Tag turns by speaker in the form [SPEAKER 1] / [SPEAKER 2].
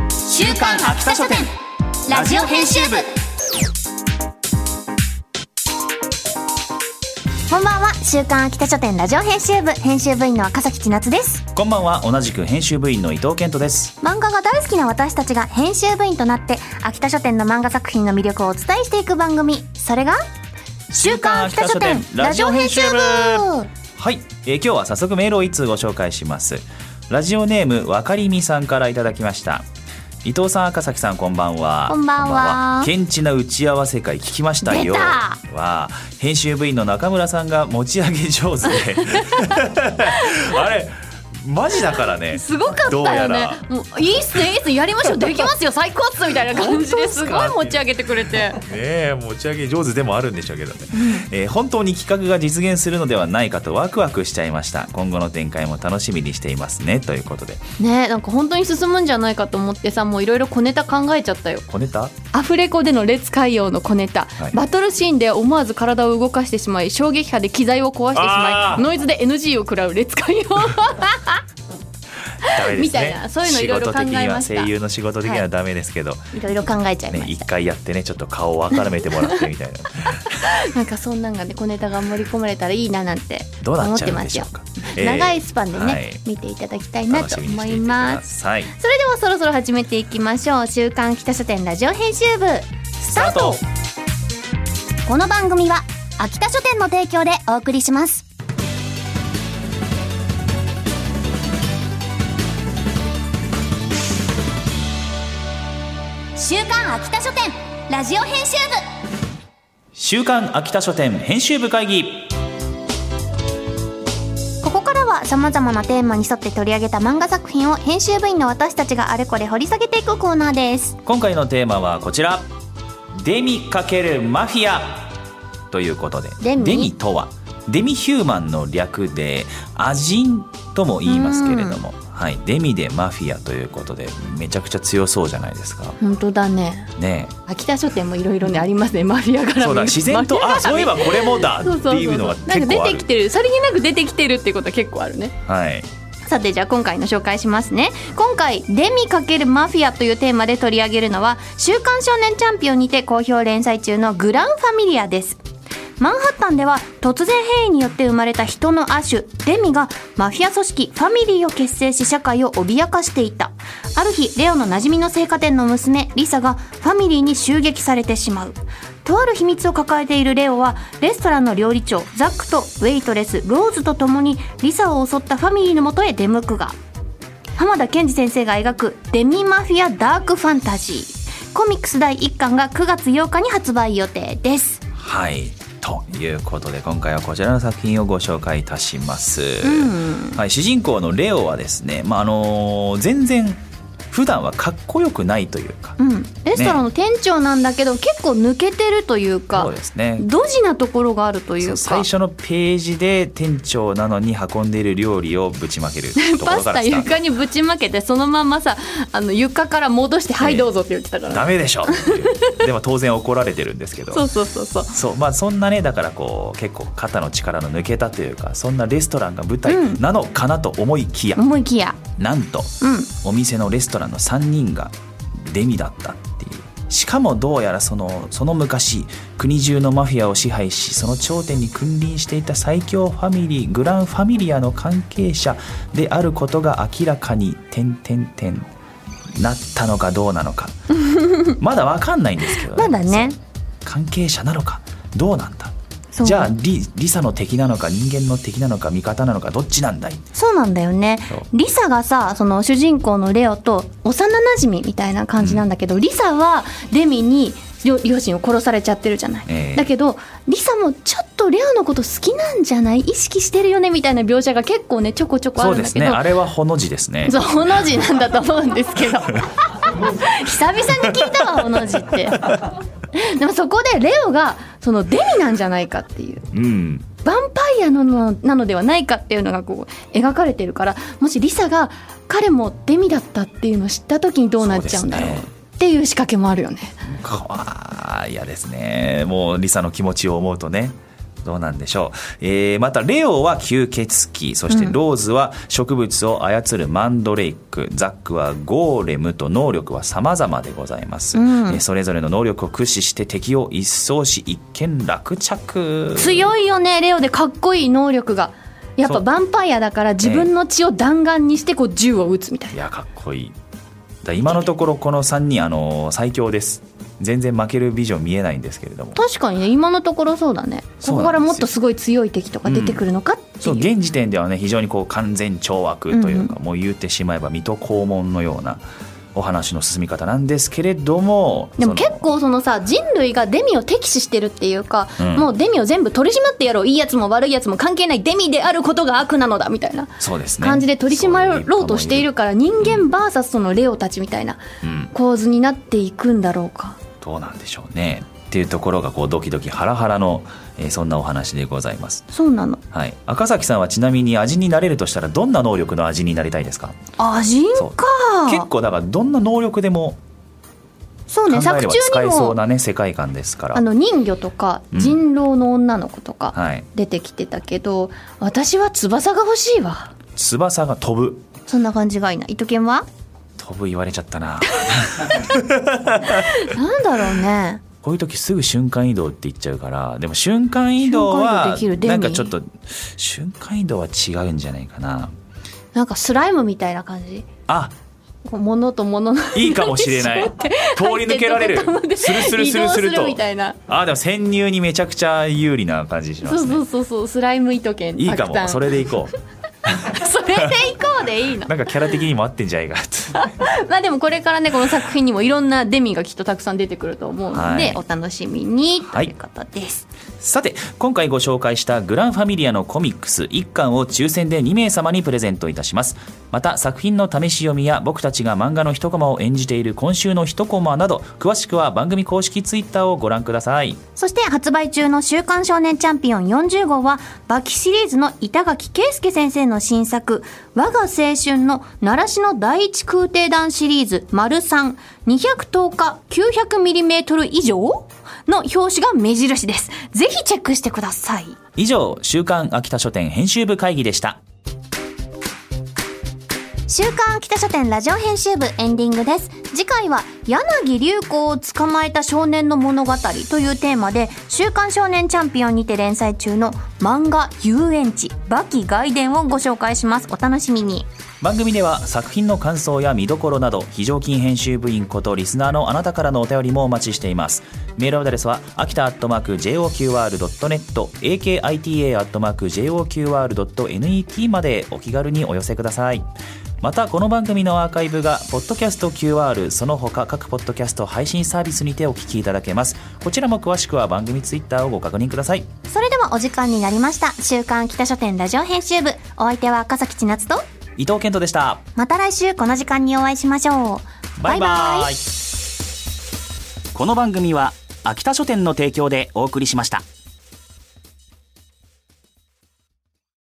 [SPEAKER 1] 刊秋田書店ラジオ編集部
[SPEAKER 2] こんばんは週刊秋田書店ラジオ編集部編集部員の赤崎千夏です
[SPEAKER 3] こんばんは同じく編集部員の伊藤健人です
[SPEAKER 2] 漫画が大好きな私たちが編集部員となって秋田書店の漫画作品の魅力をお伝えしていく番組それが週刊秋田書店ラジオ編集部
[SPEAKER 3] はい、えー今日は早速メールを一通ご紹介しますラジオネームわかりみさんからいただきました伊藤さん赤崎さんこんばんは
[SPEAKER 2] こんばんは
[SPEAKER 3] 現地な打ち合わせ会聞きましたよ
[SPEAKER 2] 出た
[SPEAKER 3] わあ編集部員の中村さんが持ち上げ上手 であれマジだからね
[SPEAKER 4] すごかった
[SPEAKER 3] どうや
[SPEAKER 4] よね
[SPEAKER 3] ら。
[SPEAKER 4] もういいっすね、いいっすね、やりましょう、できますよ、最高っすみたいな感じですごい持ち上げてくれて。
[SPEAKER 3] ねえ持ち上げ上手でもあるんでしょうけどね、えー本当に企画が実現するのではないかとワクワクしちゃいました今後の展開も楽しみにしていますねということで
[SPEAKER 4] ね、なんか本当に進むんじゃないかと思ってさ、もういろいろ小ネタ考えちゃったよ。
[SPEAKER 3] 小ネタ
[SPEAKER 4] アフレコでの列海洋の小ネタ、
[SPEAKER 3] はい
[SPEAKER 4] バトルシーンで思わず体を動かしてしまい衝撃波で機材を壊してしま
[SPEAKER 3] あー
[SPEAKER 4] いノイズで NG を食らう列海洋
[SPEAKER 3] ダメですね
[SPEAKER 4] みたいなそういうのいろいろ考えました
[SPEAKER 3] 仕事的には声優の仕事的にはダメですけど、
[SPEAKER 2] いろいろ考えちゃい
[SPEAKER 3] ね
[SPEAKER 2] まし
[SPEAKER 3] 一
[SPEAKER 2] た、
[SPEAKER 3] 回やってねちょっと顔を赤めてもらってみたいな
[SPEAKER 4] なんかそんなんがね小ネタが盛り込まれたらいいななんて
[SPEAKER 3] どうな
[SPEAKER 2] 思
[SPEAKER 3] っ
[SPEAKER 2] っ
[SPEAKER 3] ちゃ
[SPEAKER 2] て
[SPEAKER 3] うん
[SPEAKER 2] ま
[SPEAKER 3] ですしょ
[SPEAKER 2] よ
[SPEAKER 3] うか、
[SPEAKER 2] 長いスパンでね、
[SPEAKER 3] はい
[SPEAKER 2] 見ていただきたい
[SPEAKER 3] えー
[SPEAKER 2] な
[SPEAKER 3] 楽し
[SPEAKER 2] と
[SPEAKER 3] みに
[SPEAKER 2] 思
[SPEAKER 3] してい
[SPEAKER 2] い
[SPEAKER 3] てくだ
[SPEAKER 2] ます
[SPEAKER 3] さい
[SPEAKER 2] それではそろそろ始めていきましょう週刊秋田書店ラジオ編集部スタートこの番組は秋田書店の提供でお送りします週刊秋田書店ラジオ編集
[SPEAKER 3] 週刊秋田書店編集部会議
[SPEAKER 2] 部ここからは様々なテーマに沿って取り上げた漫画作品を編集部員の私たちがあれこれ掘り下げていくコーナーです
[SPEAKER 3] 今回のテーマはこちらデミ×マフィアということで
[SPEAKER 2] デミ
[SPEAKER 3] とはデミヒューマンの略でアジンとも言いますけれども、はい、デミでマフィアということでめちゃくちゃ強そうじゃないですか
[SPEAKER 4] 本当だね
[SPEAKER 3] ね
[SPEAKER 4] 秋田書店もいろいろねありますねマフィア絡
[SPEAKER 3] え
[SPEAKER 4] み
[SPEAKER 3] そうだ自然とあそういえばこれもだって
[SPEAKER 4] そうそうそうそう
[SPEAKER 3] いうのが
[SPEAKER 4] なん
[SPEAKER 3] 結
[SPEAKER 4] か
[SPEAKER 3] 構あ
[SPEAKER 4] 出
[SPEAKER 3] る
[SPEAKER 4] てきてるさりげなく出てきてるっていうことは結構あるね
[SPEAKER 3] はい
[SPEAKER 2] さてじゃあ今回の紹介しますね今回「デミ×マフィア」というテーマで取り上げるのは「週刊少年チャンピオン」にて好評連載中の「グランファミリア」ですマンハッタンでは突然変異によって生まれた人の亜種デミがマフィア組織ファミリーを結成し社会を脅かしていたある日レオの馴染みの青果店の娘リサがファミリーに襲撃されてしまうとある秘密を抱えているレオはレストランの料理長ザックとウェイトレスローズと共にリサを襲ったファミリーのもとへ出向くが浜田健二先生が描くデミマフィアダークファンタジーコミックス第1巻が9月8日に発売予定です
[SPEAKER 3] はいということで今回はこちらの作品をご紹介いたします、はい、主人公のレオはですね、まああのー全然普段はかっこよくないというか、
[SPEAKER 2] うん、レストランの店長なんだけど、結構抜けてるという
[SPEAKER 3] そ
[SPEAKER 2] か
[SPEAKER 3] うですね
[SPEAKER 2] ドジなところがあるというか
[SPEAKER 3] 最初のページで店長なのに運んでいる料理をぶちまけるとこ
[SPEAKER 4] パ
[SPEAKER 3] ろ
[SPEAKER 4] ス
[SPEAKER 3] から
[SPEAKER 4] タ
[SPEAKER 3] スタート
[SPEAKER 4] 床にぶちまけてそのまんまさあの床から戻して「はいどうぞ」って言ってたから、
[SPEAKER 3] ダメでしょっていうでも当然怒られてるんですけど
[SPEAKER 4] そうそうそうそう
[SPEAKER 3] そうまあそんなねだからこう結構肩の力の抜けたというかそんなレストランが舞台
[SPEAKER 2] うん
[SPEAKER 3] なのかなと思いきや、
[SPEAKER 2] 思いきや
[SPEAKER 3] なんと
[SPEAKER 2] うん
[SPEAKER 3] お店のレストランの3人がデミだったっていうしかもどうやらそのその昔国中のマフィアを支配しその頂点に君臨していた最強ファミリーグランファミリアの関係者であることが明らかに点々点なったのかどうなの かまだわかんないんですけど、
[SPEAKER 2] まだね
[SPEAKER 3] 関係者なのかどうなんだ
[SPEAKER 2] そう
[SPEAKER 3] じゃあリリサの敵なのか人間の敵なのか味方なのかどっちなんだい
[SPEAKER 2] そうなんだよね
[SPEAKER 3] そう
[SPEAKER 2] リサがさその主人公のレオと幼なじみみたいな感じなんだけど、リサはデミに両両親を殺されちゃってるじゃない、
[SPEAKER 3] ええ
[SPEAKER 2] だけどリサもちょっとレオのこと好きなんじゃない意識してるよねみたいな描写が結構ねちょこちょこあ
[SPEAKER 3] そう
[SPEAKER 2] る
[SPEAKER 3] で
[SPEAKER 2] んだ
[SPEAKER 3] す
[SPEAKER 2] け
[SPEAKER 3] ね
[SPEAKER 2] ど
[SPEAKER 3] あれはほの字ですね
[SPEAKER 2] そう、ほの字なんだと思うんですけど。久々に聞いたわ、ほの字って。でもそこでレオが、そのデミなんじゃないかっていう。
[SPEAKER 3] うん
[SPEAKER 2] ヴァンパイアなのなのではないかっていうのがこう描かれてるからもしリサが彼もデミだったっていうのを知った時にどうなっちゃうんだろう
[SPEAKER 3] そうですね
[SPEAKER 2] っていう仕掛けもあるよね。
[SPEAKER 3] かわいやですねもうリサの気持ちを思うとねどうなんでしょう、えーまたレオは吸血鬼そしてローズは植物を操るマンドレイク、ザックはゴーレムと能力は様々でございます、
[SPEAKER 2] うん
[SPEAKER 3] えーそれぞれの能力を駆使して敵を一掃し一見落着
[SPEAKER 2] 強いよねレオでかっこいい能力がやっぱ
[SPEAKER 3] そう
[SPEAKER 2] ヴァンパイアだから自分の血を弾丸にしてこう銃を撃つみたい
[SPEAKER 3] い
[SPEAKER 2] な
[SPEAKER 3] やかっこいいだ今のところこの3人あの最強です全然負けるビジョン見えないんですけれども
[SPEAKER 2] 確かにね今のところそうだねこ
[SPEAKER 3] そう
[SPEAKER 2] こ
[SPEAKER 3] な
[SPEAKER 2] か
[SPEAKER 3] んですよ
[SPEAKER 2] らもっとすごい強い敵とか出てくるのかって
[SPEAKER 3] そう
[SPEAKER 2] いう,、
[SPEAKER 3] 現時点ではね非常にこう完全懲悪というか、もう言ってしまえば水戸黄門のようなお話の進み方なんですけれども
[SPEAKER 2] でも
[SPEAKER 3] その
[SPEAKER 2] 結構そのさ人類がデミを敵視してるっていうか、
[SPEAKER 3] うん
[SPEAKER 2] もうデミを全部取り締まってやろういいやつも悪いやつも関係ないデミであることが悪なのだみたいな
[SPEAKER 3] そうですね
[SPEAKER 2] 感じで取り締まろうとしているから人間 VS そのレオたちみたいな
[SPEAKER 3] そういううん
[SPEAKER 2] 構図になっていくんだろうか。
[SPEAKER 3] どうなんでしょうねっていうところがこうドキドキハラハラの、えーそんなお話でございます、
[SPEAKER 2] そうなの
[SPEAKER 3] はい、赤崎さんはちなみに味になれるとしたらどんな能力の味になりたいですか
[SPEAKER 2] あ人
[SPEAKER 3] そう結
[SPEAKER 2] か
[SPEAKER 3] 構だからどんな能力でも
[SPEAKER 2] そう
[SPEAKER 3] 考
[SPEAKER 2] ね
[SPEAKER 3] え
[SPEAKER 2] 作
[SPEAKER 3] れば
[SPEAKER 2] 中
[SPEAKER 3] 使
[SPEAKER 2] に
[SPEAKER 3] えそう
[SPEAKER 2] も
[SPEAKER 3] なね世界観ですから
[SPEAKER 2] あの人魚とか
[SPEAKER 3] うん
[SPEAKER 2] 人狼の女の子とか
[SPEAKER 3] はい、
[SPEAKER 2] 出てきてたけど、私は翼が欲しいわ
[SPEAKER 3] 翼が飛ぶ
[SPEAKER 2] そんな感じがいいな糸犬は
[SPEAKER 3] 飛ぶ言われちゃったな
[SPEAKER 2] なんだろうね
[SPEAKER 3] こういう時すぐ瞬間移動って言っちゃうからでも瞬間移動
[SPEAKER 2] 瞬間移動
[SPEAKER 3] は
[SPEAKER 2] できるデミ
[SPEAKER 3] なんかちょっと瞬間移動は違うんじゃないかな
[SPEAKER 2] なんかスライムみたいな感じ
[SPEAKER 3] あ
[SPEAKER 2] こう物と物の
[SPEAKER 3] いいかもしれ ない 通り抜けられる
[SPEAKER 2] 入ってどこかまで
[SPEAKER 3] スルスルスルスル
[SPEAKER 2] 移動す
[SPEAKER 3] と
[SPEAKER 2] るみたいな
[SPEAKER 3] あでも潜入にめちゃくちゃ有利な感じしま
[SPEAKER 2] そう
[SPEAKER 3] すね
[SPEAKER 2] そうそうそうスライム糸犬
[SPEAKER 3] いいか
[SPEAKER 2] たくさ
[SPEAKER 3] も
[SPEAKER 2] ん
[SPEAKER 3] それでいこ
[SPEAKER 2] それで行こうでいいの
[SPEAKER 3] うなんかキャラ的にも合ってんじゃないかと
[SPEAKER 2] まあでもこれからねこの作品にもいろんなデミがきっとたくさん出てくると思うので、
[SPEAKER 3] はい
[SPEAKER 2] お楽しみにと
[SPEAKER 3] はいいう
[SPEAKER 2] ことです、
[SPEAKER 3] さて今回ご紹介した「グランファミリア」のコミックス1巻を抽選で2名様にプレゼントいたしますまた作品の試し読みや僕たちが漫画の一コマを演じている今週の一コマなど詳しくは番組公式ツイッターをご覧ください
[SPEAKER 2] そして発売中の「週刊少年チャンピオン40号」はバキシリーズの板垣圭介先生の新作「我が青春の習志野第一空挺団」シリーズ「丸三210日 900mm 以上の表紙が目印ですぜひチェックしてください
[SPEAKER 3] 以上週刊秋田書店編集部会議でした
[SPEAKER 2] 週刊秋田書店ラジオ編集部エンディングです次回は柳流子を捕まえた少年の物語というテーマで週刊少年チャンピオンにて連載中の漫画遊園地バキ外伝をご紹介しますお楽しみに
[SPEAKER 3] 番組では作品の感想や見どころなど非常勤編集部員ことリスナーのあなたからのお便りもお待ちしていますメールアドレスは秋田アットマーク JOQR.net akita アットマーク JOQR.net までお気軽にお寄せくださいまたこの番組のアーカイブがポッドキャスト QR その他各ポッドキャスト配信サービスにてお聞きいただけますこちらも詳しくは番組ツイッターをご確認ください
[SPEAKER 2] それではお時間になりました週刊秋田書店ラジオ編集部お相手は赤崎千夏と
[SPEAKER 3] 伊藤健人でした
[SPEAKER 2] また来週この時間にお会いしましょう
[SPEAKER 3] バイバイこの番組は秋田書店の提供でお送りしました。